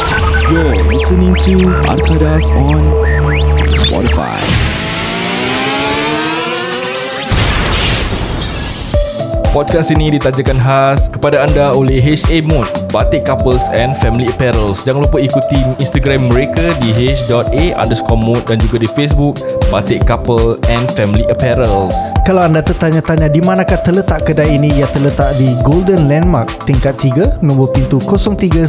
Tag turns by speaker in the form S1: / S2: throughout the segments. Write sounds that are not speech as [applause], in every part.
S1: You're listening to Arkadas on Spotify.
S2: Podcast ini ditajakan khas kepada anda oleh HA Mode, Batik Couples and Family Apparels. Jangan lupa ikuti Instagram mereka di h.a underscore mode dan juga di Facebook Batik Couple and Family Apparels.
S3: Kalau anda tertanya-tanya di manakah terletak kedai ini, ia terletak di Golden Landmark tingkat 3, nombor pintu 0319.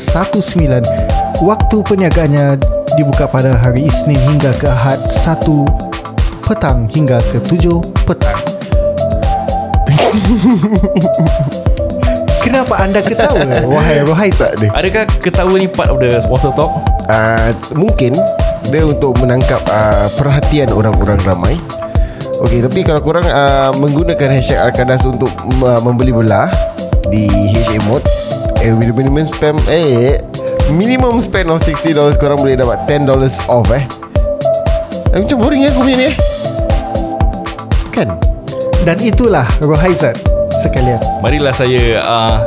S3: Waktu perniagaannya dibuka pada hari Isnin hingga ke Ahad 1 petang hingga ke 7 petang. [laughs] Kenapa anda ketawa?
S4: Oh,
S3: Wahai Rohai Saad ni.
S2: Adakah ketawa ni part of the sponsor talk?
S4: uh, mungkin dia untuk menangkap uh, perhatian orang-orang ramai. Okey, tapi kalau korang uh, menggunakan hashtag Arkadas untuk uh, membeli belah di HA Mode, eh, with minimum spam eh minimum spend of $60 korang boleh dapat $10 off eh. eh macam boring eh aku punya ni eh. Kan?
S3: Dan itulah Rohai Saad sekalian.
S2: Marilah saya uh,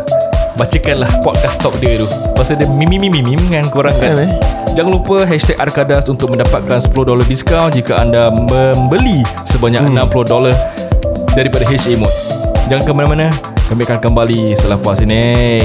S2: bacakanlah podcast talk dia tu. Pasal dia mimim-mimim kan korang kan.
S4: Betul, eh?
S2: Jangan lupa hashtag Arkadas untuk mendapatkan $10 diskaun jika anda membeli sebanyak
S4: Hmm.
S2: $60 daripada HA Mode. Jangan ke mana-mana. Kami akan kembali selepas ini.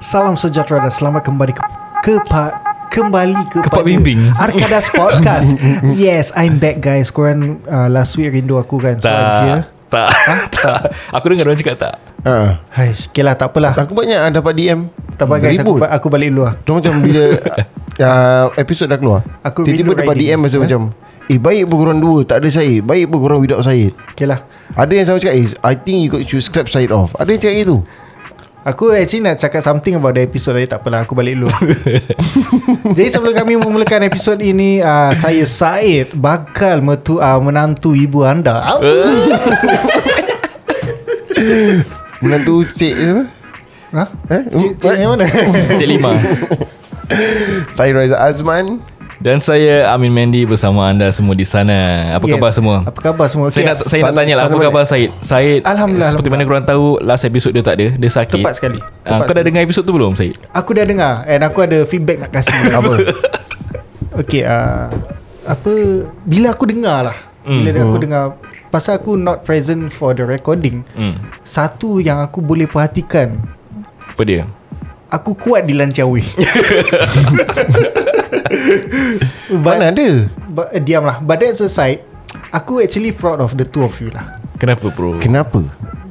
S3: Salam sejahtera dan selamat kembali ke, ke pa, kembali ke
S2: Pak Bimbing. [laughs]
S3: Arkadas Podcast. yes, I'm back guys. Korang uh, last week rindu aku kan. So I'm
S4: ya?
S3: here.
S2: Tak. Tak. [laughs] tak. Aku dengar orang cakap tak.
S4: Uh,
S3: Hai, okay lah, tak apalah.
S4: aku banyak uh, dapat DM.
S3: Tak apa guys, aku,
S4: Ribut.
S3: ba- aku balik dulu lah.
S4: Dia macam
S2: [laughs]
S4: bila uh, episod dah keluar
S3: Aku
S4: Tiba-tiba
S3: rindu
S4: dapat
S3: riding.
S4: DM masa
S3: Eh?
S4: macam Eh baik berkorang dua Tak ada Syed Baik berkorang without Syed
S3: Okay lah.
S4: Ada yang sama cakap is I think you got to scrap Syed off Ada yang cakap gitu
S3: Aku actually nak cakap something about the episode tadi Tak apalah, aku balik
S2: [laughs]
S3: dulu. Jadi sebelum kami memulakan episod ini, uh, saya Said bakal metu, uh, menantu ibu anda.
S2: Eh?
S3: Apa? [laughs]
S4: Menantu Cik apa?
S3: Ha?
S4: Eh?
S3: Cik, cik yang mana?
S2: Cik
S4: [laughs]
S2: Lima.
S4: Saya Raza Azman
S2: Dan saya Amin Mendy bersama anda semua di sana. Apa
S3: Yeah.
S4: Ya.
S2: khabar semua?
S3: Apa khabar semua?
S2: Saya nak saya nak
S4: Sana-
S2: tanya lah
S4: sana
S2: apa
S4: balik.
S2: khabar Syed? Syed
S3: Alhamdulillah,
S2: seperti mana korang tahu last episode dia tak ada, dia sakit.
S3: Tepat sekali.
S2: Ah,
S3: Tepat
S2: kau dah dengar episod tu belum Syed?
S3: Aku dah dengar And aku ada feedback nak kasih Apa? okay uh, Apa Bila aku dengar lah
S2: Hmm.
S3: Bila aku dengar Pasal aku not present for the recording
S2: Hmm.
S3: Satu yang aku boleh perhatikan
S2: Apa dia?
S3: Aku kuat di
S2: [laughs]
S3: lancawi
S4: Mana
S3: But,
S4: ada
S3: but uh, Diam lah But that's aside Aku actually proud of the two of you lah
S2: Kenapa bro?
S4: Kenapa?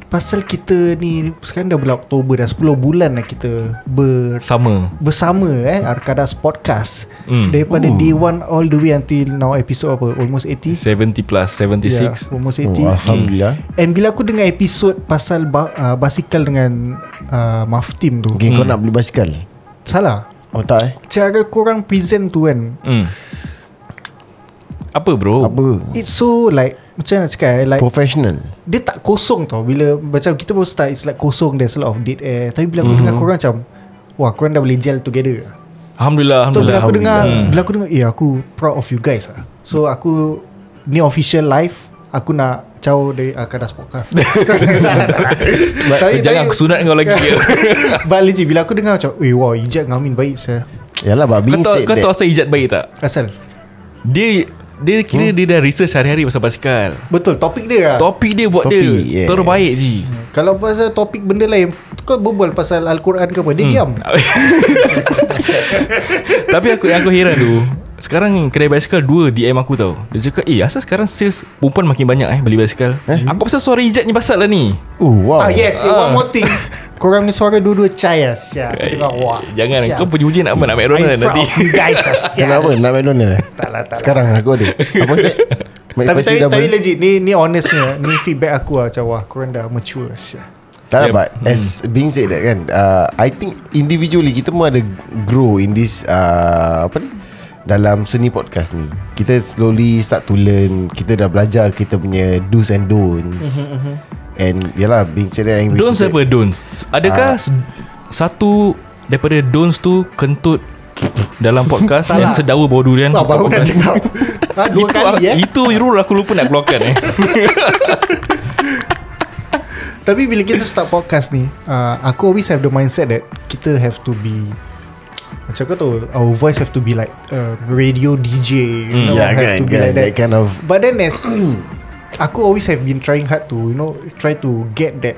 S3: Pasal kita ni Sekarang dah bulan Oktober Dah 10 bulan lah kita Ber
S2: Sama.
S3: bersama eh Arkadas Podcast
S2: Hmm.
S3: mm.
S4: Oh.
S3: daripada day one all the way until now episode apa almost 80
S2: 70 plus 76.
S3: almost
S4: Oh,
S3: 80
S4: Alhamdulillah
S3: and bila aku dengar episode pasal ba- uh, basikal dengan uh, Maftim tu
S4: Okay kau
S2: Hmm.
S4: nak beli basikal
S3: salah
S4: Oh tak eh
S3: cara korang present tu kan
S2: Hmm. Apa bro?
S4: Apa?
S3: it's so like macam mana nak cakap eh, like
S4: Professional
S3: dia tak kosong tau bila macam kita baru start it's like kosong there's a lot of dead air tapi bila aku mm-hmm. dengar korang macam wah korang dah boleh gel together
S2: Alhamdulillah,
S3: So bila
S2: alhamdulillah. Hmm.
S3: aku dengar Bila aku dengar Eh aku proud of you guys lah So aku Ni official live Aku nak Jauh dari uh,
S2: [laughs]
S3: Kadas Podcast
S2: Ba- jangan aku sunat kau lagi.
S3: [laughs] But legit Bila aku dengar macam Eh wow Ijat dengan Amin baik saya
S4: Yalah but
S2: kau
S4: being
S2: tahu
S4: said
S2: kau tahu
S4: that
S2: asal ijat baik tak?
S3: Asal
S2: Dia dia
S3: Hmm?
S2: kira dia dah research hari-hari pasal basikal.
S3: Betul topik dia lah
S2: Topik dia buat
S4: Topik,
S2: dia
S4: yes.
S2: terbaik je.
S3: Kalau pasal topik benda lain Kau berbual pasal Al-Quran ke apa Dia hmm. diam
S2: Tapi aku yang aku heran tu Sekarang kedai basikal dua DM aku tau Dia cakap Eh asal sekarang sales Perempuan makin banyak eh Beli basikal eh? Aku pasal suara ijat ni pasal lah ni
S4: Oh wow
S3: Ah yes eh,
S2: [laughs]
S3: One more thing Korang ni suara dua-dua cahaya Siap Aku dengar, Wah
S2: Eh, Jangan
S3: siap.
S2: Kau puji-puji nak apa Nak McDonald
S3: I'm proud
S2: nanti
S3: of you guys lah, siap.
S4: Kenapa nak McDonald
S2: [laughs]
S4: eh?
S3: Tak lah tak lah
S4: Sekarang aku ada Apa Syed? Mac
S3: Tapi
S4: spicy
S3: tapi, tapi
S4: double
S3: legit ni ni honest ni ni feedback aku lah macam wah korang dah mature sia.
S2: Yep.
S4: Tak dapat As being said that kan uh, I think individually Kita pun ada grow in this uh, Apa ni Dalam seni podcast ni Kita slowly start to learn Kita dah belajar Kita punya do's and don'ts And yalah Being said that and which
S2: Don'ts
S4: is
S2: apa
S4: that-
S2: don'ts?
S3: Ah.
S2: Adakah uh, satu daripada don'ts tu kentut dalam podcast dan
S3: Salah.
S2: sedawa bawah durian?
S4: Tak baru nak cakap
S3: [laughs] ha, Dua
S2: itu,
S3: kali eh
S2: itu rule aku lupa nak keluarkan
S3: [laughs]
S2: eh.
S3: Tapi bila kita start podcast ni uh, Aku always have the mindset that Kita have to be Macam kau tahu Our voice have to be like uh, Radio DJ you know,
S4: Yeah
S3: have
S4: kan,
S3: to be
S4: kan
S3: like
S4: That
S3: that.
S4: kind of
S3: But then as [clears throat] Aku always have been trying hard to You know Try to get that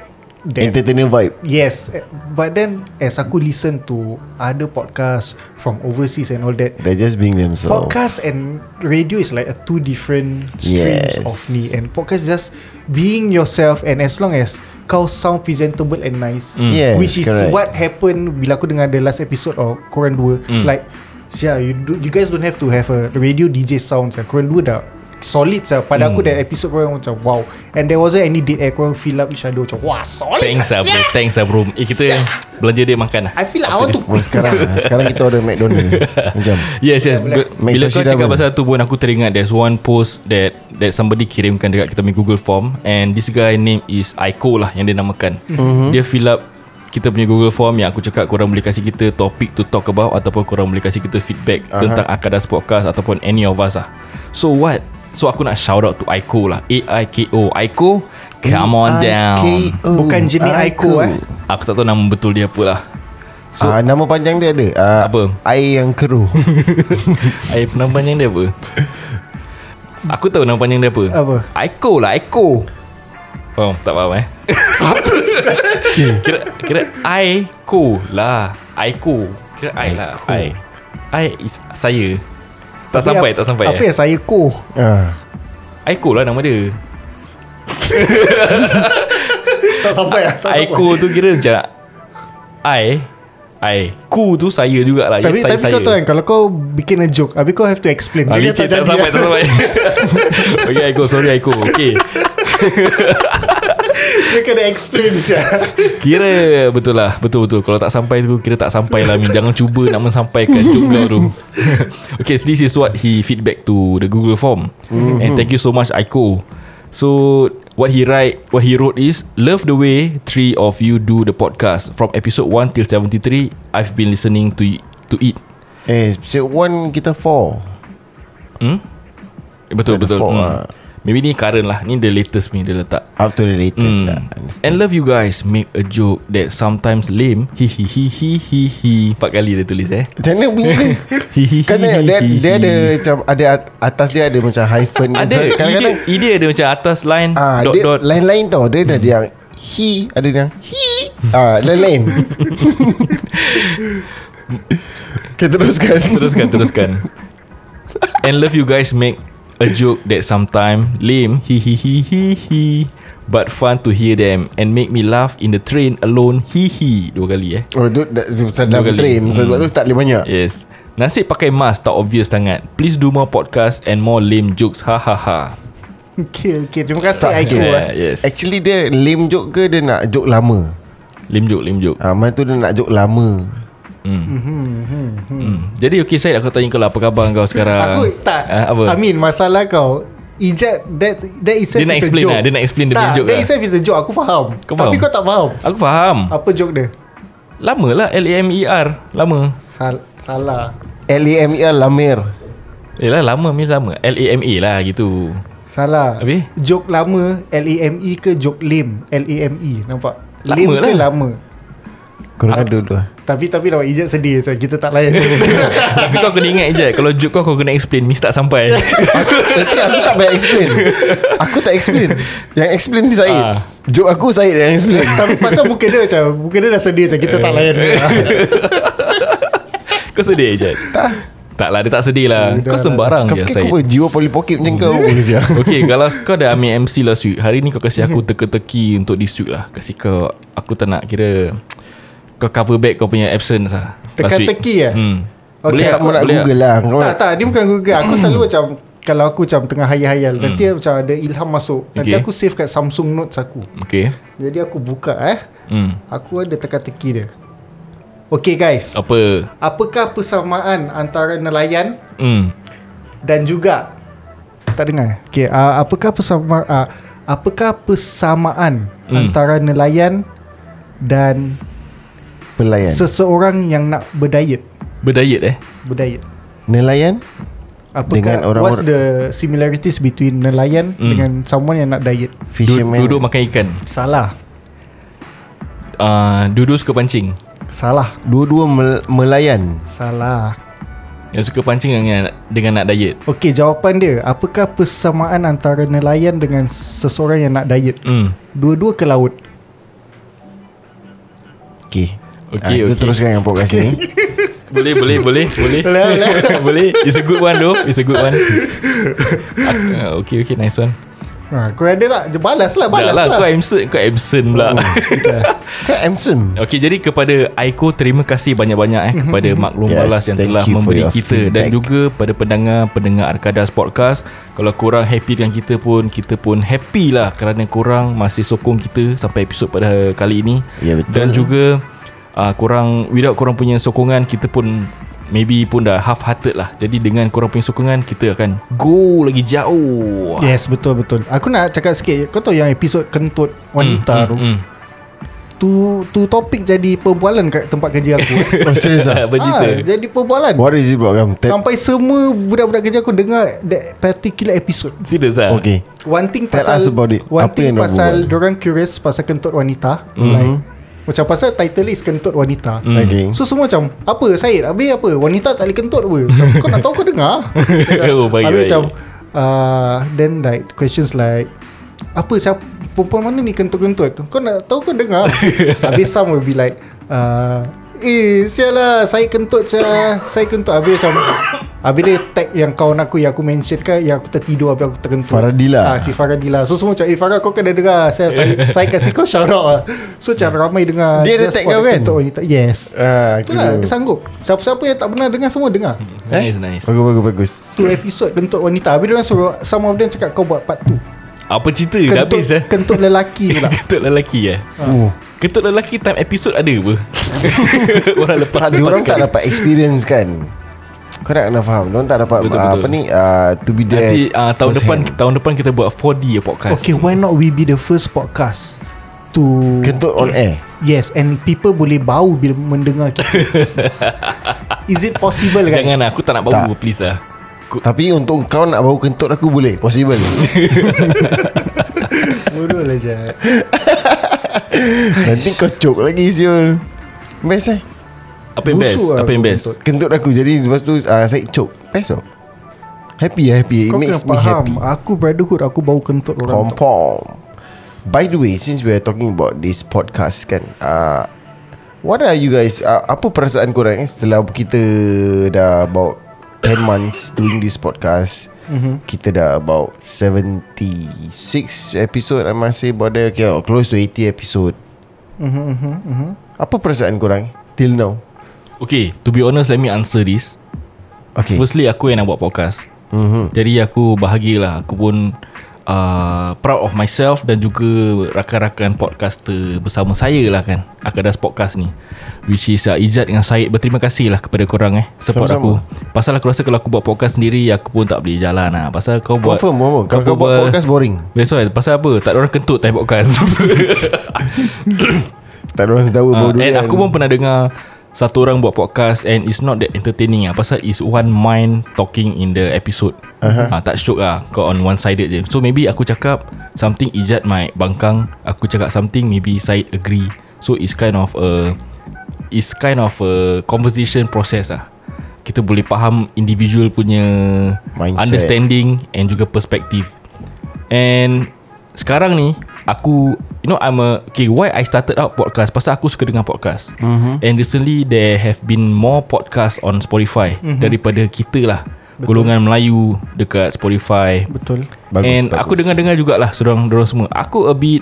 S3: That
S4: Entertainer vibe
S3: Yes eh, But then As aku listen to Other podcast From overseas and all that
S4: They're just being themselves
S3: Podcast and radio is like a two different streams
S4: Yes.
S3: of me and podcast just being yourself and as long as kau sound presentable and nice
S4: Mm. Yes,
S3: which is
S4: correct.
S3: what happened bila aku dengar the last episode of Korang
S2: Mm.
S3: 2 like sia you do, you guys don't have to have a radio DJ sound sia Korang 2 dah solid sia pada
S2: Mm.
S3: aku that episode korang macam wow and there wasn't any dead air korang fill up each other macam wah solid
S2: thanks lah
S3: lah,
S2: bro,
S3: sia
S2: thanks lah bro. Eh, kita belanja dia makan lah.
S3: I feel like I want to
S4: Oh, sekarang [laughs] Sekarang kita order McDonald's Macam
S2: Yes yes Bila,
S4: Make
S2: bila
S4: sure
S2: kau
S4: she
S2: cakap
S4: double.
S2: pasal tu pun Aku teringat There's one post That that somebody kirimkan Dekat kita punya Google form And this guy name is Aiko lah Yang dia namakan mm-hmm. Dia fill up Kita punya Google form Yang aku cakap Korang boleh kasih kita Topic to talk about Ataupun korang boleh kasih kita Feedback uh-huh. Tentang Akadas Podcast Ataupun any of us lah So what So aku nak shout out to Aiko lah A-I-K-O Aiko Come on down
S4: I-K-O.
S3: Bukan jenis Aiko, eh.
S2: Aku tak tahu nama betul dia apa lah
S4: So, uh, nama panjang dia ada uh,
S2: Apa?
S4: Air yang [laughs] keruh
S2: Air nama panjang dia apa? Aku tahu nama panjang dia apa.
S3: Apa?
S2: Aiko lah, Aiko. Faham? Tak faham eh? [laughs] kira kira Aiko lah. Aiko. Kira I lah. I. I is saya. Tak sampai, tak sampai. eh?
S3: apa yang saya ko
S4: uh,
S2: Aiko lah nama dia.
S3: [laughs] tak sampai lah tak sampai.
S2: Aiko tu kira macam I I Ku tu saya jugalah
S3: Tapi,
S2: Ya, saya,
S3: tapi kau
S2: saya.
S3: tahu kan Kalau kau bikin a joke Habis kau have to explain
S2: Ah,
S3: Dia
S2: licin tak
S3: jadi
S2: sampai Tak
S3: [laughs] lah.
S2: sampai [laughs] Okay Aiko Sorry Aiko Okay
S3: Dia kena explain siya.
S2: Kira betul lah Betul betul Kalau tak sampai tu Kira tak sampai lah Min. Jangan cuba nak mensampaikan Joke kau tu [laughs] Okay this is what he feedback to The Google form mm-hmm. And thank you so much Aiko So What he write What he wrote is Love the way Three of you do the podcast From episode 1 till 73 I've been listening to to it
S4: Eh Episode 1 kita 4
S2: Eh, Betul
S4: Ada
S2: betul
S4: four
S2: hmm.
S4: lah.
S2: Maybe ni current lah Ni the latest ni dia letak
S4: Up to the
S2: Mm.
S4: latest lah
S2: And love you guys Make a joke That sometimes lame Hihihihihihi Empat kali dia tulis eh
S4: Macam mana bunyi
S2: [laughs]
S4: dia
S2: Hihihi.
S4: Kan dia, dia, dia ada macam Ada at- atas dia ada macam hyphen
S2: Ada ide,
S4: Kadang-kadang
S2: ide ada macam atas line
S4: ah,
S2: dot
S4: dia
S2: dot Hmm.
S4: Lain-lain tau Dia ada yang He Ada dia yang He ah,
S2: [laughs]
S4: Lain-lain Kita teruskan
S2: [laughs] Teruskan teruskan And love you guys make A joke that sometime Lame Hihihihihi But fun to hear them And make me laugh In the train alone Hihi Dua kali eh
S4: Oh tu dah- tu Pasal dalam
S2: Dua kali.
S4: train Sebab
S2: Hmm.
S4: tu tak boleh banyak
S2: Yes Nasib pakai mask Tak obvious sangat Please do more podcast And more lame jokes Ha ha ha
S3: Okay okay Terima kasih
S4: Tak,
S3: IQ
S4: okay.
S3: eh.
S2: yeah, Yes
S4: Actually dia lame joke ke Dia nak joke lama
S2: Lame joke Lame joke
S4: Ah, mana tu dia nak joke lama
S2: hmm. Jadi okay Syed Aku tanya kau lah Apa khabar kau sekarang
S3: Aku tak
S2: Ah, Apa
S3: I mean masalah kau Ijat That that itself
S2: Dia nak
S3: is
S2: explain
S3: a joke
S2: lah, dia nak explain dia
S3: tak,
S2: punya joke
S3: That
S2: lah.
S3: itself is a joke Aku faham
S2: Kau faham?
S3: Tapi kau tak faham
S2: Aku faham
S3: Apa joke dia
S2: Lama lah L-A-M-E-R Lama
S3: Sal- Salah
S4: L-A-M-E-R E Lamer
S2: Yelah lama Mil lama L-A-M-E lah gitu
S3: Salah
S2: Habis?
S3: Joke lama L-A-M-E E ke joke lame L-A-M-E E, Nampak
S2: Lama
S3: lame ke
S2: lah.
S3: lama
S4: Kurang ada lah. dulu
S3: Tapi tapi lawan Ijat sedih so Kita tak layan
S2: [laughs]
S3: [laughs]
S2: Tapi kau kena ingat je Kalau joke kau kau kena explain Miss tak sampai [laughs]
S4: Tapi aku tak payah explain Aku tak explain Yang explain ni Syed
S2: Ah.
S4: Joke aku Syed yang explain
S3: Tapi pasal muka dia macam Muka dia dah sedih macam Kita tak layan dia
S2: Kau sedih je Tak Tak lah dia tak sedih lah Kau sembarang
S4: Kau
S2: je
S4: fikir
S2: Syed
S4: kau jiwa polipocket macam kau apa ke sial? [laughs]
S2: Okay kalau kau dah ambil MC last week Hari ni kau kasih
S4: Mhm.
S2: aku teka-teki Untuk this week lah Kasih kau Aku tak nak kira Kau cover back kau punya absence lah last week.
S3: Teka-teki eh?
S2: hmm.
S3: Okay,
S4: Tak
S2: tak?
S4: mau nak
S2: Boleh tak?
S4: google lah Kau
S3: [laughs] Tak
S4: nak-
S3: tak Dia bukan Google Aku selalu macam kalau aku macam tengah hayal-hayal hmm. nanti macam ada ilham masuk nanti
S2: Okay.
S3: aku save kat Samsung Notes aku
S2: Okay
S3: jadi aku buka eh
S2: hmm.
S3: aku ada teka-teki dia Okay guys
S2: Apa
S3: apakah persamaan antara nelayan
S2: hmm.
S3: dan juga tak dengar. Okey, uh, apakah persama uh, apakah persamaan hmm. antara nelayan dan
S4: Pelayan
S3: seseorang yang nak berdiet?
S2: Berdiet eh
S3: Berdiet.
S4: Nelayan
S3: Apakah
S4: Dengan
S3: dengan orang
S4: orang-
S3: what's the similarities between nelayan hmm. dengan someone yang nak diet?
S2: Du-
S4: Fisherman
S2: Duduk makan ikan
S3: Salah.
S2: uh, Duduk suka pancing
S3: Salah.
S4: Dua-dua mel- melayan
S3: Salah.
S2: Yang suka pancing dengan, dengan nak diet
S3: Okey, jawapan dia, apakah persamaan antara nelayan dengan seseorang yang nak diet?
S2: hmm.
S3: Dua-dua ke laut.
S4: Okay
S2: Okey,
S4: Ah, Kita
S2: okey.
S4: teruskan dengan podcast
S2: [laughs]
S4: ni
S2: Boleh boleh boleh Boleh
S3: Lah.
S2: [laughs] Boleh It's a good one though It's a good one Ah, Okay okay nice one
S3: [laughs] Ha, kau ada tak? Je- Balaslah,
S2: Dah lah
S3: balaslah.
S2: kau absent Kau absent [laughs] pula
S4: Kan Amson
S2: Okey jadi kepada Aiko terima kasih banyak-banyak eh
S4: [laughs]
S2: kepada Maklum
S4: Yes,
S2: Balas yang
S4: thank
S2: telah
S4: you for
S2: memberi
S4: your
S2: kita dan
S4: feedback.
S2: juga pada pendengar-pendengar Arkadas Podcast. Kalau korang happy dengan kita pun kita pun happy lah kerana korang masih sokong kita sampai episod pada kali ini.
S4: Ya, betul.
S2: Dan juga uh, korang without korang punya sokongan kita pun maybe pun dah half hearted lah. Jadi dengan korang punya sokongan kita akan go lagi jauh.
S3: Yes betul betul. Aku nak cakap sikit. Kau tahu yang episod kentut wanita tu.
S2: Hmm.
S3: Tu tu topik jadi perbualan kat tempat kerja aku.
S4: [laughs] Oh serius
S2: [laughs]
S4: lah
S3: ah,
S2: Bercerita.
S3: jadi perbualan.
S4: What is it about Kam? Ted-
S3: Sampai semua budak-budak kerja aku dengar that particular episode.
S2: Serius lah.
S4: Okay
S3: One thing
S4: Tell
S3: pasal
S4: us about it.
S3: One
S4: Apa
S3: thing
S4: yang dia
S3: pasal
S4: buat? Mhm.
S3: orang curious pasal kentut wanita. Mm-hmm. Like, macam pasal title is kentut wanita.
S2: Hmm.
S3: Mm.
S4: Okay
S3: So semua macam Apa Syed Habis apa Wanita tak boleh kentut apa Macam, Kau nak tahu kau
S4: [laughs]
S3: dengar
S2: Oh, baik,
S3: Habis
S2: baik.
S3: macam uh, Then like Questions like Apa siapa Perempuan mana ni kentut-kentut Kau nak tahu kau
S4: [laughs]
S3: dengar Habis some will be like uh, Eh sial lah Saya kentut saya, saya kentut Habis macam Habis dia tag yang kawan aku Yang aku mention kan Yang aku tertidur Habis aku terkentut Ah,
S4: Faradila.
S3: Si Faradila So semua macam Eh Farah kau kena dengar Saya, saya,
S4: [laughs]
S3: saya kasih kau shout out lah So macam ramai dengar
S4: Dia ada
S3: Just
S4: tag
S3: for
S4: kau
S3: the
S4: kan?
S3: kentut wanita. Yes
S4: Ah,
S3: Itulah
S4: kira.
S3: dia sanggup Siapa-siapa yang tak pernah dengar Semua dengar
S2: Nice nice.
S3: Eh?
S4: Bagus bagus bagus
S3: Tu episod kentut wanita Habis diorang suruh Some of them cakap Kau buat part 2
S2: Apa cerita dah
S3: Kentut,
S2: habis eh?
S3: kentut lelaki
S2: [laughs]
S3: lah. pula
S2: Ketuk lelaki eh
S4: Oh
S2: Ketuk lelaki time episod ada
S3: [laughs]
S2: apa Orang lepas
S4: Tak,
S2: lepas
S4: diorang
S2: sekali.
S4: tak dapat experience kan Kau nak kena faham Diorang tak dapat
S2: Betul,
S4: ah,
S2: betul.
S4: Apa ni uh, To be there
S2: Nanti uh, tahun
S4: first
S2: depan
S4: hand.
S2: tahun depan kita buat 4D ya podcast.
S3: Okay why not we be the first podcast To
S4: Kentut on air
S3: Yes and people boleh bau Bila mendengar
S2: [laughs]
S3: kita Is it possible guys
S2: Jangan lah, aku tak nak bau
S4: Tak.
S2: please lah. Aku,
S4: Tapi untuk kau nak bau kentut aku boleh Possible
S3: Bodoh lah je
S4: Nanti kau cok lagi siul Best eh
S2: apa yang best?
S3: busuk lah
S2: Apa yang
S3: aku
S2: best?
S3: kentut.
S4: Kentut aku Jadi lepas tu uh, Saya cok Best tau Happy lah happy It
S3: Kau kena
S4: makes me
S3: faham
S4: happy
S3: Aku brotherhood Aku bau kentut orang
S4: Kompom By the way Since we are talking about This podcast kan uh, What are you guys uh, Apa perasaan korang eh, Setelah kita Dah about 10 months Doing this podcast mm-hmm. Kita dah about 76 episode I must say about that okay, oh, Close to 80 episode Apa perasaan korang eh, Till now
S2: Okay, to be honest let me answer this.
S4: Okay Mhm.
S2: Firstly aku yang nak buat podcast. Mm-hmm. Jadi aku bahagialah. Aku pun uh, proud of myself dan juga rakan-rakan podcaster bersama saya lah kan. Akadas Podcast ni. Which is uh, Ijat dengan Syed. Berterima kasih lah kepada korang eh. Support
S4: Sama-sama.
S2: aku. Pasal aku rasa kalau aku buat podcast sendiri aku pun tak boleh jalan lah. Pasal kau buat...
S4: Confirm Confirm Kalau kau buat podcast boring
S2: That's why Pasal apa Tak ada orang kentut time podcast
S4: [laughs] Tak ada orang tahu
S2: uh,
S4: baru kan.
S2: And aku pun pernah dengar Satu orang buat podcast And it's not that entertaining lah Pasal it's one mind Talking in the episode uh-huh. uh, Tak syok lah Kau on one sided je So maybe aku cakap Something Ijat might bangkang Aku cakap something Maybe Syed agree So it's kind of a It's kind of a Conversation process lah Kita boleh faham Individual punya
S4: Mindset.
S2: Understanding And juga perspective And Sekarang ni Aku You know I'm a Okay why I started out podcast Pasal aku suka dengar podcast mm-hmm. And recently There have been more podcast On Spotify mm-hmm. Daripada kita lah Betul. Golongan Melayu Dekat Spotify
S3: Betul
S4: Bagus,
S2: And
S4: bagus.
S2: aku dengar-dengar jugalah Sedang dorang semua Aku a bit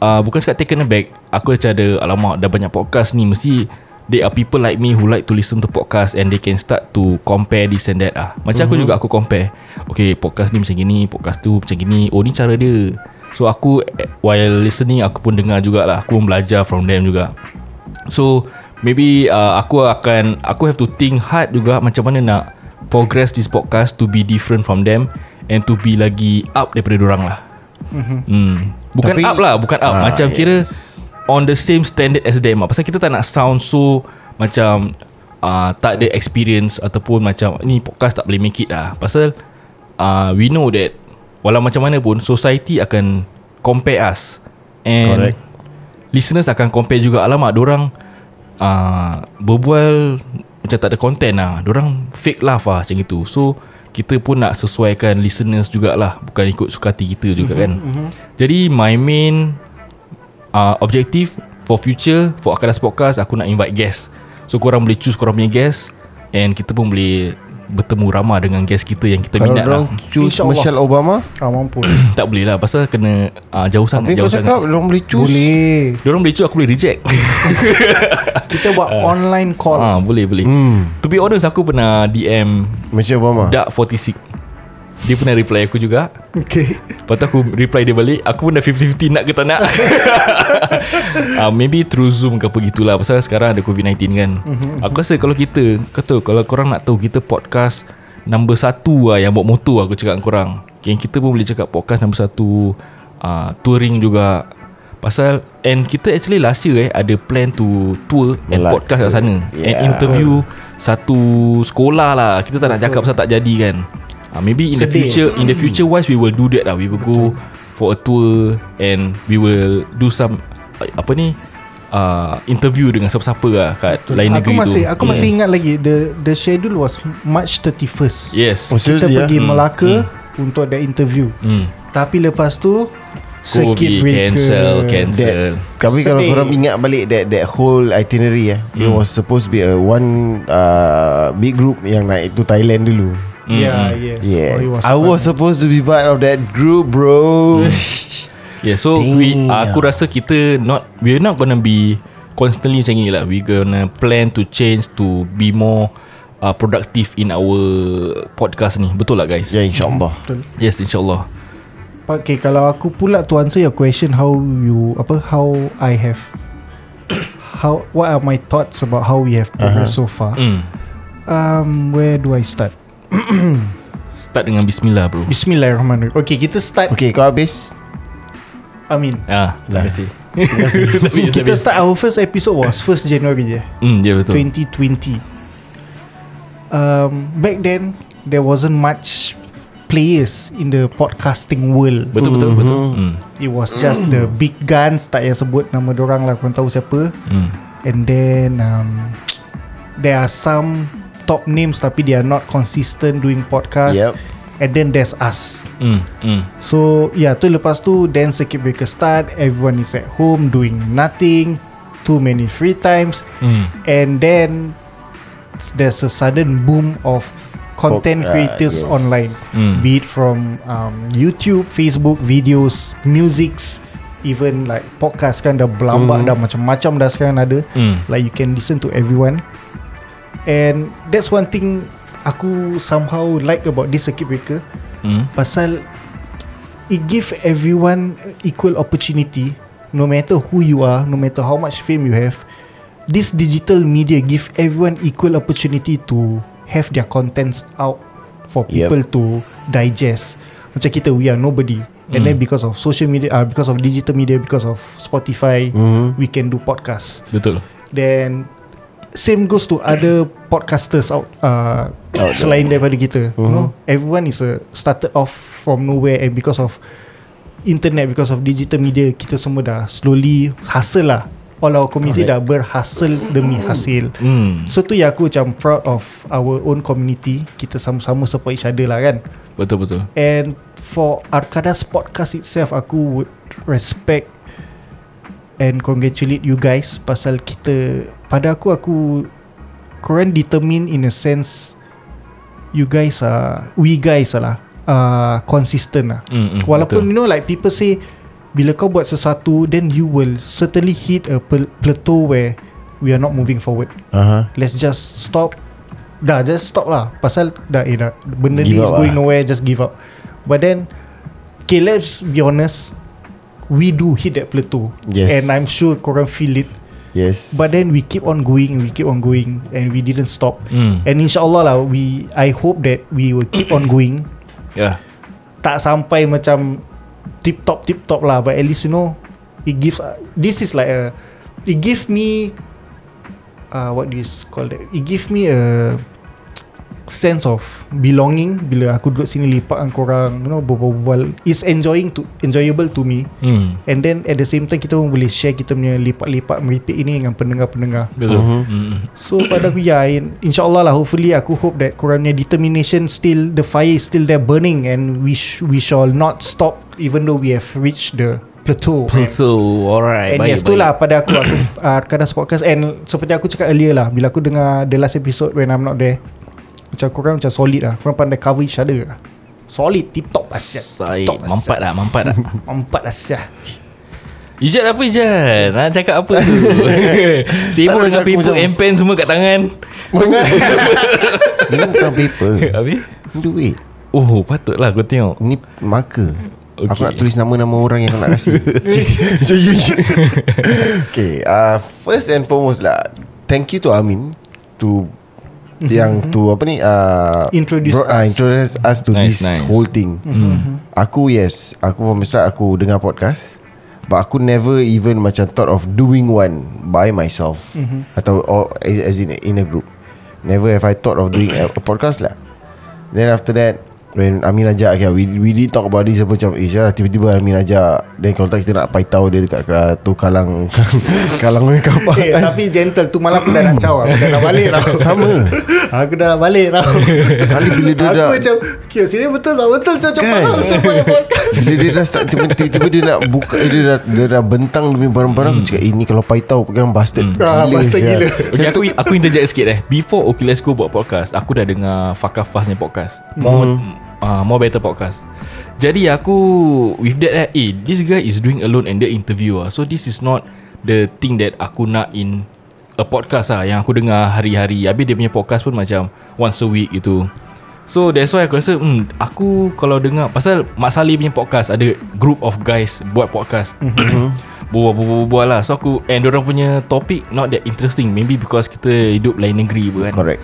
S2: uh, Bukan cakap taken aback Aku macam ada Alamak dah banyak podcast ni Mesti They are people like me who like to listen to podcast and they can start to compare this and that ah. Macam mm-hmm. aku juga aku compare. Okay, podcast ni macam gini, podcast tu macam gini. Oh, ni cara dia. So aku eh, while listening aku pun dengar jugalah. Aku pun belajar from them juga. So maybe uh, aku akan aku have to think hard juga macam mana nak progress this podcast to be different from them and to be lagi up daripada orang lah. Mm-hmm. Hmm. Bukan
S4: Tapi-
S2: Tapi, up lah, bukan up.
S4: Ah,
S2: macam yes. kira on the same standard as them lah. Pasal kita tak nak sound so macam uh, tak ada experience ataupun macam ni podcast tak boleh make it lah. Pasal uh, we know that walau macam mana pun society akan compare us and
S5: Correct.
S2: listeners akan compare juga alamak orang uh, berbual macam tak ada content lah orang fake laugh lah macam itu so kita pun nak sesuaikan listeners jugalah bukan ikut suka hati kita juga
S4: Mhm,
S2: kan jadi my main uh, objective for future for Akadas Podcast aku nak invite guest so korang boleh choose korang punya guest and kita pun boleh bertemu ramah dengan guest kita yang kita
S4: Kalau
S2: minat lah
S4: orang choose
S3: InsyaAllah.
S4: Michelle Obama
S3: Ah mampu
S2: [coughs] tak boleh lah pasal kena uh, jauh sangat
S4: Tapi
S2: jauh
S4: kau cakap
S2: sangat
S4: orang boleh choose
S3: Boleh
S2: Diorang boleh choose aku boleh reject
S3: Kita buat
S2: Uh.
S3: online call
S2: Ah boleh boleh hmm. To be honest aku pernah DM
S4: Michelle Obama
S2: Dark46 Dia pernah reply aku juga
S3: Okay
S2: Lepas tu aku reply dia balik Aku pun dah 50-50 nak ke tak nak [laughs] uh, Maybe through Zoom ke apa gitulah Pasal sekarang ada COVID-19 kan Aku rasa kalau kita Kau tahu kalau korang nak tahu Kita podcast Number satu lah Yang buat motor aku cakap dengan korang okay, Kita pun boleh cakap podcast number satu uh, Touring juga Pasal And kita actually last year eh Ada plan to Tour and
S4: Melaka.
S2: podcast kat sana yeah. And interview Satu sekolah lah Kita tak nak cakap Pasal tak jadi kan uh, Maybe in the
S3: Sedih. Hmm.
S2: future in the future wise we will do that lah we will go for a tour and we will do some uh, apa ni uh, interview dengan siapa-siapa lah kat Betul. lain
S3: Aku
S2: negeri
S3: masih
S2: tu
S3: Aku masih ingat lagi The the schedule was March 31st
S2: yes
S4: Oh,
S3: Kita
S4: seriously, ya?
S3: pergi Melaka Untuk ada interview
S2: hmm.
S3: Tapi lepas tu
S2: COVID
S3: Circuit breaker
S2: cancel cancel
S4: That, tapi kalau
S3: Sedih.
S4: korang ingat balik that that whole itinerary eh, it was supposed to be a one uh, big group yang naik to Thailand dulu.
S3: Yeah yes
S4: Yeah,
S3: Oh, it was
S4: hmm, I was supposed to be part of that group, bro.
S2: yeah so we aku rasa kita not we're not gonna be constantly macam ni lah we gonna plan to change to be more uh, productive in our podcast ni betul lah guys
S4: ya, insyaallah.
S2: yes insyaallah
S3: Okay kalau aku pula to answer your question How you Apa How I have How What are my thoughts about How we have progressed uh-huh. so far
S2: mm.
S3: um, Where do I start
S2: start dengan bismillah bro
S3: Bismillahirrahmanirrahim Okay kita start
S4: Okay, kau habis. [laughs]
S3: Amin
S2: Ah, terima kasih.
S3: Kita start our first episode was 1st January je
S2: Hmm, ya yeah, betul.
S3: 2020 um, Back then There wasn't much Players In the podcasting world
S2: Betul betul betul. Hmm.
S3: It was just the big guns Tak payah sebut nama dorang lah Korang tahu siapa
S2: Hmm.
S3: And then um, There are some Top names Tapi they are not consistent Doing podcast
S4: Yep.
S3: And then there's us
S2: Hmm. Hmm.
S3: So yeah tu lepas tu Then circuit breaker start Everyone is at home Doing nothing Too many free times
S2: Hmm.
S3: And then There's a sudden boom of Content
S4: Pop- ah,
S3: creators
S4: yes. Hmm.
S3: online
S2: Mm.
S3: Be it from um, YouTube, Facebook, videos, musics Even like podcast kan dah berlambak
S4: Hmm.
S3: dah Macam-macam dah sekarang ada
S2: Mm.
S3: Like you can listen to everyone And that's one thing Aku somehow like about this circuit breaker
S2: Hmm.
S3: Pasal It give everyone Equal opportunity No matter who you are No matter how much fame you have This digital media Give everyone equal opportunity To have their contents out For
S4: Yep.
S3: people to digest Macam kita We are nobody And then because of social media uh, Because of digital media Because of Spotify We can do podcast
S2: Betul.
S3: Then Same goes to other podcasters out uh, Selain daripada kita You know Everyone is a, started off from nowhere And because of Internet Because of digital media Kita semua dah slowly Hustle lah All our community dah berhasil Demi hasil
S2: Hmm.
S3: So tu yang aku macam proud of Our own community Kita sama-sama support each other lah kan
S2: Betul betul.
S3: And for Arkadas podcast itself Aku would respect And congratulate you guys Pasal kita Pada aku aku Korang determine in a sense You guys are We guys lah uh, Consistent lah
S2: Hmm. hmm,
S3: Walaupun
S2: betul.
S3: you know like people say Bila kau buat sesuatu Then you will certainly hit a pl- plateau where we are not moving forward.
S4: Aha.
S3: Let's just stop. Dah just stop lah. Pasal dah eh dah benda ni
S4: Give
S3: is
S4: up
S3: going
S4: lah.
S3: nowhere just give up. But then okay let's be honest we do hit that plateau.
S4: Yes.
S3: And I'm sure korang feel it.
S4: Yes.
S3: But
S4: [laughs]
S3: then we keep on going, we keep on going and we didn't stop.
S4: Mm.
S2: Hmm.
S3: And insyaAllah lah we I hope that we will keep on going
S2: Yeah.
S3: tak sampai macam tip top tip top lah but at least you know it gives this is like a it give me uh, what do you s- call that it give me a sense of belonging bila aku duduk sini lipat dengan korang you know berbual-bual is enjoying to enjoyable to me
S2: Hmm.
S3: and then at the same time kita pun boleh share kita punya lipat-lipat meripik ini dengan pendengar-pendengar
S2: Betul. Uh-huh. Hmm.
S3: So pada aku ya in- InsyaAllah lah Hopefully aku hope that Korang punya determination Still the fire is still there burning And we sh- we shall not stop Even though we have reached the
S2: [laughs]
S3: plateau
S2: Hmm, So, alright.
S3: And
S2: baik,
S3: yes tu lah pada aku Aku [coughs] uh, kadang podcast And seperti aku cakap earlier lah Bila aku dengar The last episode When I'm not there Macam korang macam solid lah Korang pandai cover each other lah Solid lah, tip top asyik
S2: Baik. Baik. Mampat dah, mampat dah.
S3: Mampat lah, asyik
S2: [laughs] Ijat apa Ijat? Nak cakap apa tu?
S4: Tak
S2: Sibuk
S4: ada,
S2: dengan
S4: aku
S2: paper
S4: macam-
S2: and pen semua kat tangan.
S4: Ini bukan paper
S2: Habis?
S4: Duit
S2: Oh, patutlah kau
S4: [laughs]
S2: tengok.
S4: Ni marker
S2: Okay.
S4: okay. Aku nak tulis nama-nama orang yang kau nak [laughs] kasi Macam you je. Okay uh, First and foremost lah Thank you to Amin To Yang to apa ni uh,
S3: Mm-hmm. Introduce us.
S4: uh,
S3: Mm-hmm.
S4: Introduce us to
S2: Nice,
S4: nice, this
S2: nice.
S4: nice. whole thing Mm-hmm. Aku yes Aku from the start Aku dengar podcast But aku never even Macam thought of doing one By myself
S3: Mm-hmm.
S4: Atau or, As in in a group Never have I thought of doing a, a podcast lah Then after that When Amin ajak okay, we, we did talk about this apa, Macam Eh Syah, tiba-tiba Amin ajak Then kalau tak kita nak paitau dia Dekat uh, tu kalang [laughs] Kalang kapal
S3: [laughs] Eh tapi gentle Tu malam aku dah nak caw Aku dah nak balik lah
S4: Sama
S3: [laughs] Aku dah nak balik tau
S2: [laughs]
S4: Kali bila dia
S3: Aku
S4: dah-
S3: macam Okay sini betul tak Betul macam macam
S4: Kan?
S3: faham Siapa yang
S4: [laughs]
S3: podcast
S4: dia, dia dah start tiba- tiba-tiba dia nak buka eh, dia dah, dia dah bentang demi barang-barang aku cakap ini kalau paitau pegang bastard hmm.
S3: Ah, bastard gila.
S2: Okay, aku aku interject sikit eh. Before Oculus Go buat podcast, aku dah dengar Faka Fast ni podcast. More
S4: Hmm.
S2: uh, more better podcast. Jadi aku with that eh, eh this guy is doing alone and the interview ah. So this is not the thing that aku nak in a podcast ah yang aku dengar hari-hari. Habis dia punya podcast pun macam once a week gitu. So that's why aku rasa hmm, Aku kalau dengar Pasal Mak Saleh punya podcast Ada group of guys Buat podcast Bual-bual-bual lah So aku And orang punya topik Not that interesting Maybe because kita Hidup lain negeri pun kan
S4: correct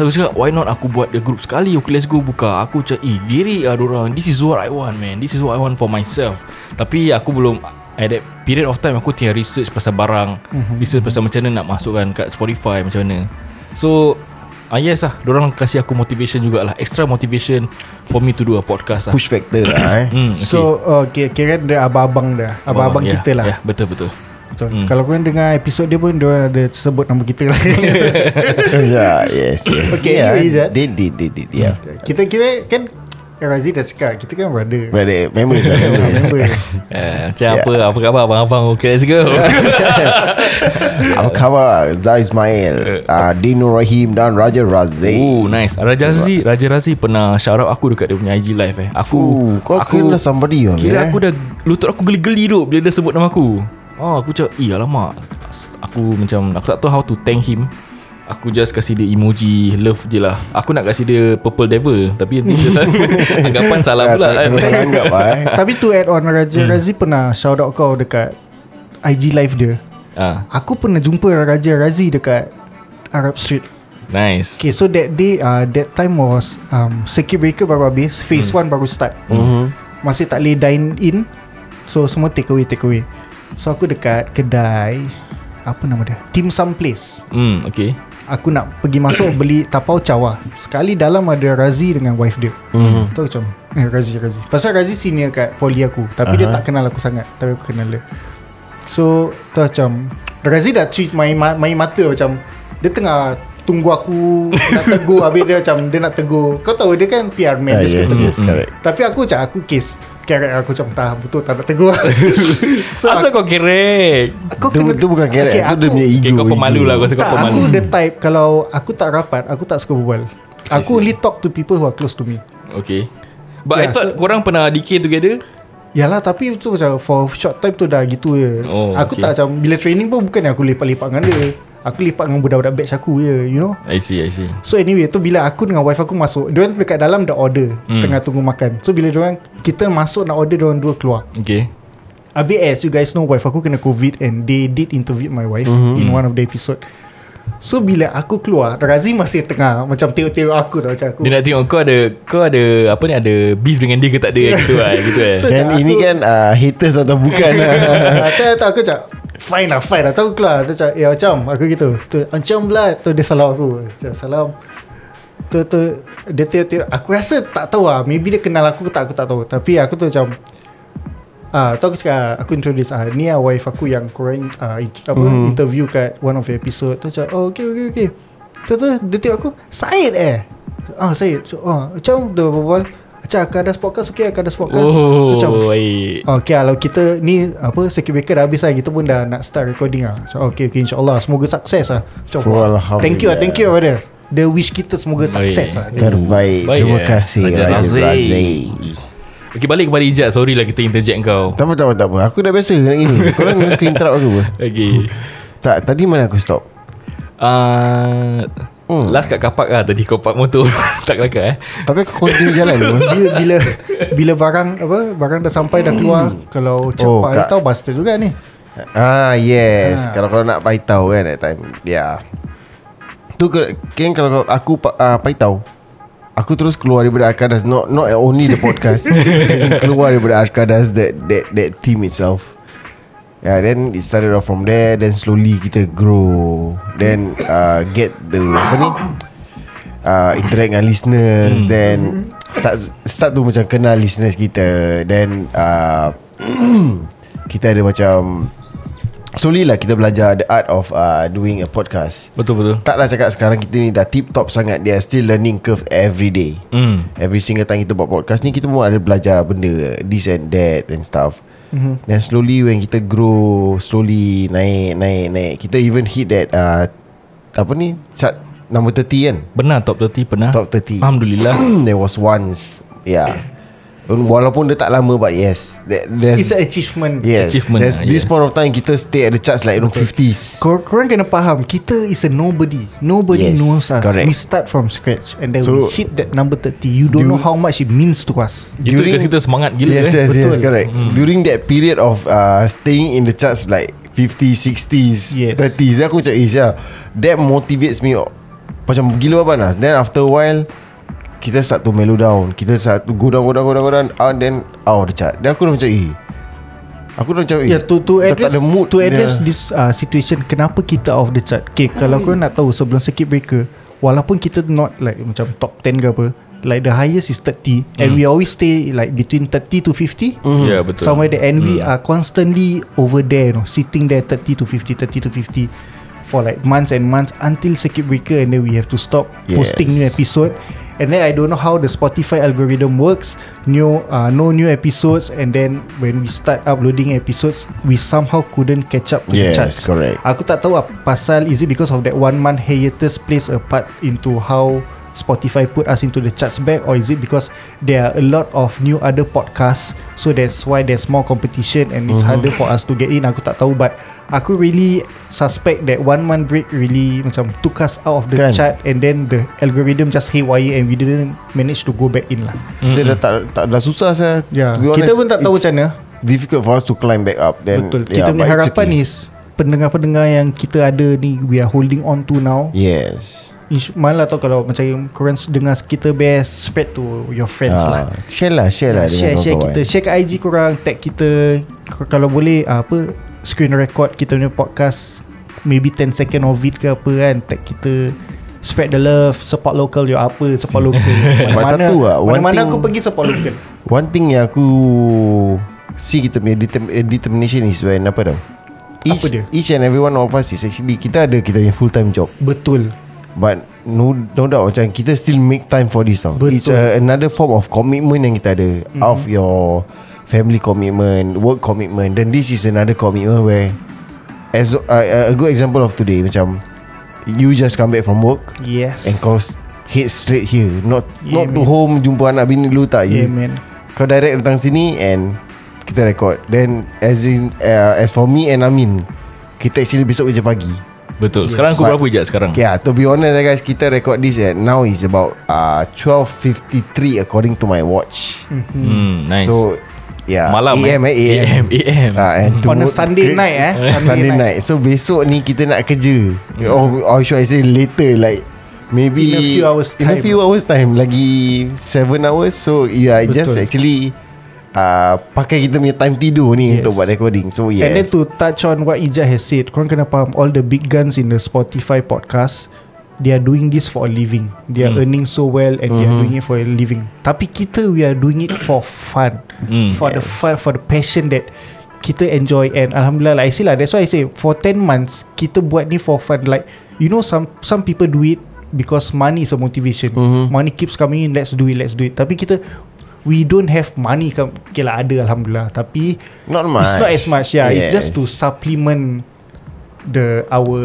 S2: So aku cakap Why not aku buat the group sekali Okay let's go buka Aku cakap Eh giri lah orang. This is what I want man This is what I want for myself Tapi aku belum At that period of time Aku tengah research pasal barang
S3: Mhm.
S2: Research pasal macam mana Nak masukkan kat Spotify Macam mana So Ah yes lah Diorang kasi aku motivation jugalah Extra motivation For me to do a podcast lah
S4: push factor lah eh
S2: hmm, okay.
S3: So uh, okay Kira dia abang-abang dah Abang-abang
S2: yeah,
S4: ya,
S3: kita lah
S2: yeah, Betul-betul
S3: Betul.
S4: Hmm.
S3: Kalau korang dengar episod dia pun Dia ada sebut nama kita
S4: [laughs]
S3: lah
S4: [laughs] yeah yes yes
S3: Okay,
S4: yeah,
S3: anyway, Zat.
S4: they did they did yeah
S3: Kita kita kan Razi dah cakap Kita kan brother
S4: brother memories lah memories
S3: Member.
S4: [laughs]
S2: Eh, Macam yeah. apa Apa khabar abang-abang Okay let's go
S3: [laughs]
S4: apa khabar Zah
S2: Eh,
S4: Ismail uh, Dino Rahim dan Raja Razi
S2: Oh nice Raja Razi Raja Razi pernah Shout out aku Dekat dia punya IG live eh Aku
S4: Ooh, kau
S2: aku,
S4: kena somebody lah,
S2: Kira
S4: Amir,
S2: aku dah Lutut aku geli-geli tu Bila dia sebut nama aku Oh aku cakap Eh alamak Aku macam Aku tak tahu how to thank him Aku just kasih dia emoji Love je lah Aku nak kasih dia Purple devil Tapi nanti dia
S4: [laughs]
S2: salah Anggapan salah
S4: Ah,
S2: pula
S4: tak-
S2: kan
S4: tak salah anggap lah
S2: [laughs]
S4: eh
S3: Tapi tu add on Raja
S4: Hmm.
S3: Razi pernah shout out kau dekat IG live dia
S2: ah,
S3: Aku pernah jumpa Raja Razi dekat Arab Street
S2: Nice
S3: Okay so that day uh, That time was um, Circuit breaker baru habis Phase 1 baru start Masih tak boleh dine in So semua take away take away So aku dekat kedai Apa nama dia Tim Sum Place
S2: Hmm okay
S3: Aku nak pergi masuk beli tapau cawa Sekali dalam ada Razi dengan wife dia
S4: Hmm.
S3: mm-hmm. Tahu macam Eh Razi Razi Pasal Razi senior kat poli aku Tapi uh-huh. dia tak kenal aku sangat Tapi aku kenal dia So Tahu macam Razi dah treat my, ma- my mata macam Dia tengah Tunggu aku Nak
S4: [laughs]
S3: tegur Habis dia macam Dia nak tegur Kau tahu dia kan PR man
S4: Ah,
S3: Dia suka
S4: yes,
S3: tegur
S4: yes, correct.
S3: Tapi aku macam Aku case Kerek aku macam Tak betul tak nak
S4: [laughs]
S3: tegur So
S2: Asal kau kerek
S3: aku,
S4: tu, tu bukan kerek
S3: Okay,
S4: okay, tu dia
S3: aku-
S4: punya ego
S2: Okay kau pemalu
S4: ego.
S2: lah Kau rasa kau
S3: tak,
S2: pemalu
S3: aku the type kalau aku tak rapat, aku tak suka berbual. Aku only talk to people who are close to me.
S2: Okay But I
S4: Ya,
S3: Yeah,
S2: thought korang pernah DK together
S3: Yalah tapi tu macam For short time tu dah gitu je
S2: Oh,
S3: Aku
S2: okay.
S3: tak macam Bila training pun bukan yang aku lepak-lepak dengan dia Aku lepak dengan budak-budak batch aku je You know
S2: I see I see
S3: So anyway tu bila aku dengan wife aku masuk Diorang dekat dalam dah order
S2: Hmm.
S3: hmm. Tengah tunggu makan So bila diorang Kita masuk nak order Diorang dua keluar
S2: Okay
S3: Habis as you guys know Wife aku kena covid And they did interview my wife
S2: Hmm.
S3: mm-hmm. In one of the episode So bila aku keluar Razi masih tengah Macam tengok-tengok aku tau Macam aku
S2: Dia nak tengok kau ada Kau ada Apa ni ada Beef dengan dia ke tak ada Gitu lah
S4: [laughs]
S2: gitu eh.
S3: So,
S4: Dan
S3: macam
S4: ini
S3: aku-
S4: kan uh, haters atau
S2: [laughs]
S4: bukan
S3: Ah, Tak tak aku macam Fine lah fine lah Tahu aku keluar Tu macam Ya macam Aku gitu tu, Macam pula Tu dia salam aku Macam salam Tu tu Dia tengok-tengok Aku rasa tak tahu lah Maybe dia kenal aku ke tak Aku tak tahu Tapi aku tu macam Ah, tu aku cakap aku introduce ah ni ah wife aku yang korang ah, in, apa interview kat one of the episode tu cakap oh okay okay okay. Tu tu dia tengok aku Said eh. Ah Said. So, ah macam dia berbual macam akan ada podcast okay akan ada podcast.
S2: Oh
S3: Macam
S2: baik
S3: Okay kalau kita ni apa circuit breaker dah habis lah kita pun dah nak start recording lah. So, okay okay insyaallah semoga sukses lah. Macam,
S4: Alhamdulillah.
S3: thank you lah thank you brother. The wish kita semoga sukses lah.
S4: Terbaik
S2: Baik,
S4: Terima
S2: eh.
S4: kasih
S2: Raja
S4: Raja
S2: Razi.
S4: Razi
S2: Okay balik kepada Ijaz Sorry lah kita interject kau
S4: [laughs] Tak apa tak apa tak apa Aku dah biasa nak gini Korang suka interrupt aku apa
S2: Okay
S4: Tak tadi mana aku stop
S2: uh,
S4: Hmm.
S2: Last kat kapak lah Tadi kau park motor [laughs] Tak kelakar eh
S4: Tapi aku continue jalan apa
S3: Bila, bila bila barang apa barang dah sampai dah keluar kalau cepat oh,
S4: Hmm. Kak.
S3: tahu basta juga ni.
S4: Ah yes
S3: Ah.
S4: Kalau kau nak paitau kan That time Ya yeah. Tu ke- Ken kalau kau- aku pa- ah, paitau Aku terus keluar daripada Arkadas Not not only the podcast As in Keluar daripada Arkadas That that that team itself Yeah then it started off from there Then slowly kita grow Then uh, get the Apa ni uh, Interact dengan listeners Then Start start tu macam kenal listeners kita Then uh, Kita ada macam Slowly lah kita belajar The art of uh, doing a podcast
S2: Betul-betul
S4: Taklah cakap sekarang kita ni dah tip top sangat They are still learning curve every day
S2: Hmm
S4: Every single time kita buat podcast ni Kita pun ada belajar benda This and that and stuff mm-hmm. Then slowly when kita grow Slowly naik naik naik Kita even hit that uh, Apa ni Chart number 30 kan
S2: Pernah top 30 Pernah
S4: Top 30
S2: Alhamdulillah
S4: [clears throat] There was once Yeah Walaupun dia tak lama But yes that,
S3: It's
S4: there's,
S3: an achievement.
S4: Yes
S2: achievement
S4: There's
S2: lah,
S4: this
S2: yeah.
S4: point of time Kita stay at the charts Like in 50s
S3: Kor- korang kena faham Kita is a nobody Nobody
S4: Yes,
S3: knows us
S4: correct.
S3: We start from scratch And then we
S4: So-
S3: hit that number 30 You don't
S4: Do-
S3: know how much it means to us
S2: Itu
S4: During-
S2: because kita semangat gila
S4: yes,
S2: eh
S4: yes, yes, correct.
S3: Hmm.
S4: During that period of uh, staying in the charts like 50s, 60s,
S3: Yes.
S4: 30s, aku macam is yeah. That motivates me macam gila baban lah. Then after a while kita start to mellow down. Kita start to go down, go down, go down, go down. And then out of the chart. Then aku dah macam eh. Aku dah macam eh.
S3: Ya yeah, to to
S4: dah
S3: address
S4: tak ada mood
S3: to
S4: dia.
S3: address this uh, situation kenapa kita off the chart. Okay, kalau kau nak tahu sebelum circuit breaker walaupun kita not like macam top 10 ke apa, like the highest is 30 mm.
S4: Hmm.
S3: and we always stay like between 30 to 50.
S4: Mm-hmm.
S3: Mm.
S2: Ya betul
S3: Somewhere there and
S4: Hmm.
S3: we are constantly over there, you know, sitting there 30 to 50, 30 to 50 for like months and months until circuit breaker and then we have to stop
S4: Yes.
S3: posting new episode. And then I don't know how the Spotify algorithm works. New, uh, no new episodes, and then when we start uploading episodes, we somehow couldn't catch up to the
S4: Yes,
S3: charts.
S4: correct.
S3: Aku tak tahu apa pasal is it because of that one month hiatus plays a part into how Spotify put us into the charts back or is it because there are a lot of new other podcasts so that's why there's more competition and it's
S4: Mhm.
S3: harder for us to get in aku tak tahu but aku really suspect that one month break really macam took us out of the
S4: Kan.
S3: chart and then the algorithm just haywire and we didn't manage to go back in lah
S4: Dia dah tak, tak dah susah saya.
S3: Ya, kita pun tak tahu macam mana.
S4: Difficult for us to climb back up. Then,
S3: betul
S4: yeah,
S3: kita punya
S4: ya, but it's
S3: harapan
S4: okay.
S3: is pendengar-pendengar yang kita ada ni we are holding on to now
S4: Yes.
S3: Ish- Malah tau kalau macam korang dengar kita best Spread to your friends lah
S4: Ah, share lah, share lah dengan
S3: Share, share
S4: kawan-kawan.
S3: kita Share kat IG korang Tag kita K- Kalau boleh ah, apa Screen record kita punya podcast Maybe 10 second of it ke apa kan Tag kita Spread the love Support local You apa Support
S4: [laughs]
S3: local
S4: Pasal
S3: Mana-mana
S4: tu lah, one
S3: Mana-mana
S4: thing-
S3: aku pergi support local
S4: One thing yang aku See kita punya determ- eh, determination is when apa tau Each,
S3: Apa dia?
S4: each and every one of us is actually Kita ada kita punya full time job
S3: Betul
S4: But no, no doubt macam kita still make time for this tau
S3: Betul.
S4: It's a, another form of commitment yang kita ada mm-hmm. Of your family commitment, work commitment Then this is another commitment where As uh, a good example of today macam You just come back from work
S3: Yes
S4: And kau s- head straight here Not
S3: Yeah,
S4: not to
S3: man.
S4: home Jumpa anak bini dulu tak
S3: Yeah
S4: You-
S3: man
S4: kau direct datang sini And Kita record Then as in uh, As for me and Amin Kita actually besok kerja pagi
S2: Betul. Sekarang aku
S4: But-
S2: berapa je sekarang?
S4: Okay lah To be honest lah guys Kita record this at Now is about uh, 12.53 According to my watch
S2: Hmm, nice. So,
S4: So yeah,
S2: Malam
S4: AM eh,
S2: AM,
S4: AM,
S2: AM.
S4: Ah,
S3: On
S4: and
S3: a
S4: tomorrow-
S3: Sunday
S4: ke-
S3: night, eh?
S4: Sunday, Sunday night. So besok ni kita nak kerja. Or, or should I say later like maybe
S3: In a few hours
S4: In a
S3: time.
S4: few hours time lagi 7 hours. So you are just
S3: Betul.
S4: actually uh, pakai kita punya time tidur ni yes. untuk buat recording. So yes.
S3: And then to touch on what Ijah has said, korang kena faham all the big guns in the Spotify podcast, they are doing this for a living. They are earning so well and they are doing it for a living. Tapi kita we are doing it for fun, for the fun, for the passion that kita enjoy and alhamdulillah like I say lah that's why I say for 10 months kita buat ni for fun like you know some some people do it because money is a motivation money keeps coming in let's do it let's do it tapi kita we don't have money come okay lah ada alhamdulillah tapi
S4: Not
S3: It's
S4: much.
S3: not as much Yeah yes. It's just to
S4: Yes.
S3: supplement The Our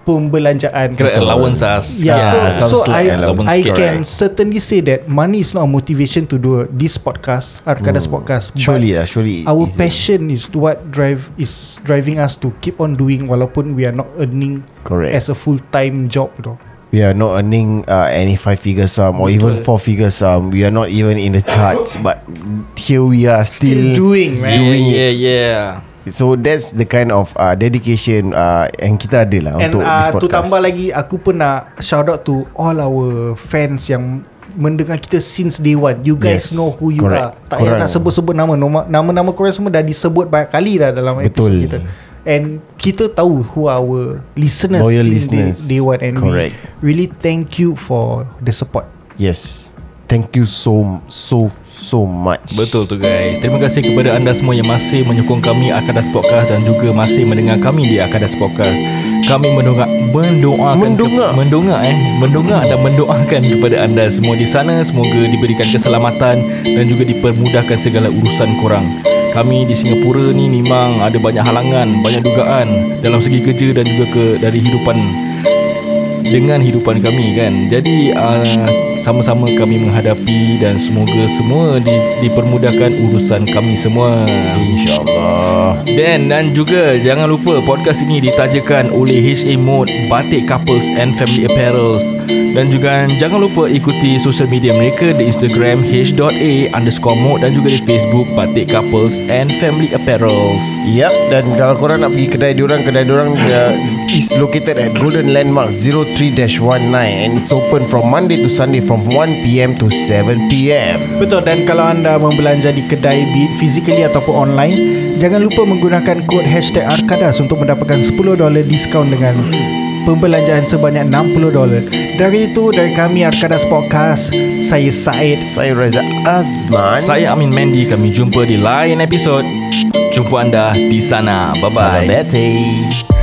S3: Pembelanjaan
S2: Kira allowance ah, us.
S3: Yeah,
S4: Yeah,
S3: so, so
S4: some sort
S3: I
S4: allowance,
S3: I
S2: sikit.
S3: can certainly say that money is not a motivation to do this podcast, Arkadas podcast. but
S4: surely lah, surely. it
S3: our
S4: is a-
S3: passion is what drive is driving us to keep on doing, walaupun we are not earning
S4: Correct.
S3: as a full time job, though.
S4: We are not earning uh, any five figure sum or even four figure sum. We are not even in the charts, but here we are still,
S3: Still doing, man.
S4: doing it.
S2: yeah, yeah.
S4: So that's the kind of uh, dedication uh, yang kita ada lah
S3: And
S4: untuk this
S3: uh,
S4: podcast.
S3: tu tambah lagi Aku pun nak Shout out to All our fans Yang Mendengar kita Since day one You guys
S4: Yes,
S3: know who you
S4: correct.
S3: are Tak payah
S4: Korang-
S3: nak sebut-sebut nama Nama- Nama-nama korang semua Dah disebut banyak kali dah Dalam episode
S4: Betul.
S3: kita And kita tahu Who our listeners
S4: Loyal
S3: since
S4: listeners.
S3: day, day one And
S4: Correct.
S3: we Really thank you For the support
S4: Yes. Thank you so so so much.
S2: Betul tu guys Terima kasih kepada anda semua yang masih menyokong kami Akadas Podcast Dan juga masih mendengar kami di Akadas Podcast Kami mendonga, mendoakan
S4: Mendongak.
S2: ke, Mendonga eh Mendonga dan mendoakan kepada anda semua di sana Semoga diberikan keselamatan Dan juga dipermudahkan segala urusan korang Kami di Singapura ni memang ada banyak halangan Banyak dugaan Dalam segi kerja dan juga ke dari hidupan dengan hidupan kami kan. Jadi uh, sama-sama kami menghadapi dan semoga semua di, dipermudahkan urusan kami semua.
S4: Insyaallah.
S2: Dan dan juga jangan lupa podcast ini ditajakan oleh HA Mode Batik Couples and Family Apparels dan juga jangan lupa ikuti social media mereka di Instagram h.a underscore mode dan juga di Facebook Batik Couples and Family Apparels.
S4: Yep dan kalau korang nak pergi kedai diorang kedai diorang uh, is located at Golden Landmark 03-19 and it's open from Monday to Sunday from 1 pm to 7 pm.
S3: Betul dan kalau anda membelanja di kedai be it physically ataupun online Jangan lupa menggunakan kod hashtag Arkadas untuk mendapatkan $10 diskaun dengan pembelanjaan sebanyak $60 Dari itu dari kami Arkadas Podcast Saya Said
S4: Saya Reza Azman.
S2: Saya Amin Mandy kami jumpa di lain episod. Jumpa anda di sana. Bye bye.
S4: Salam Betty.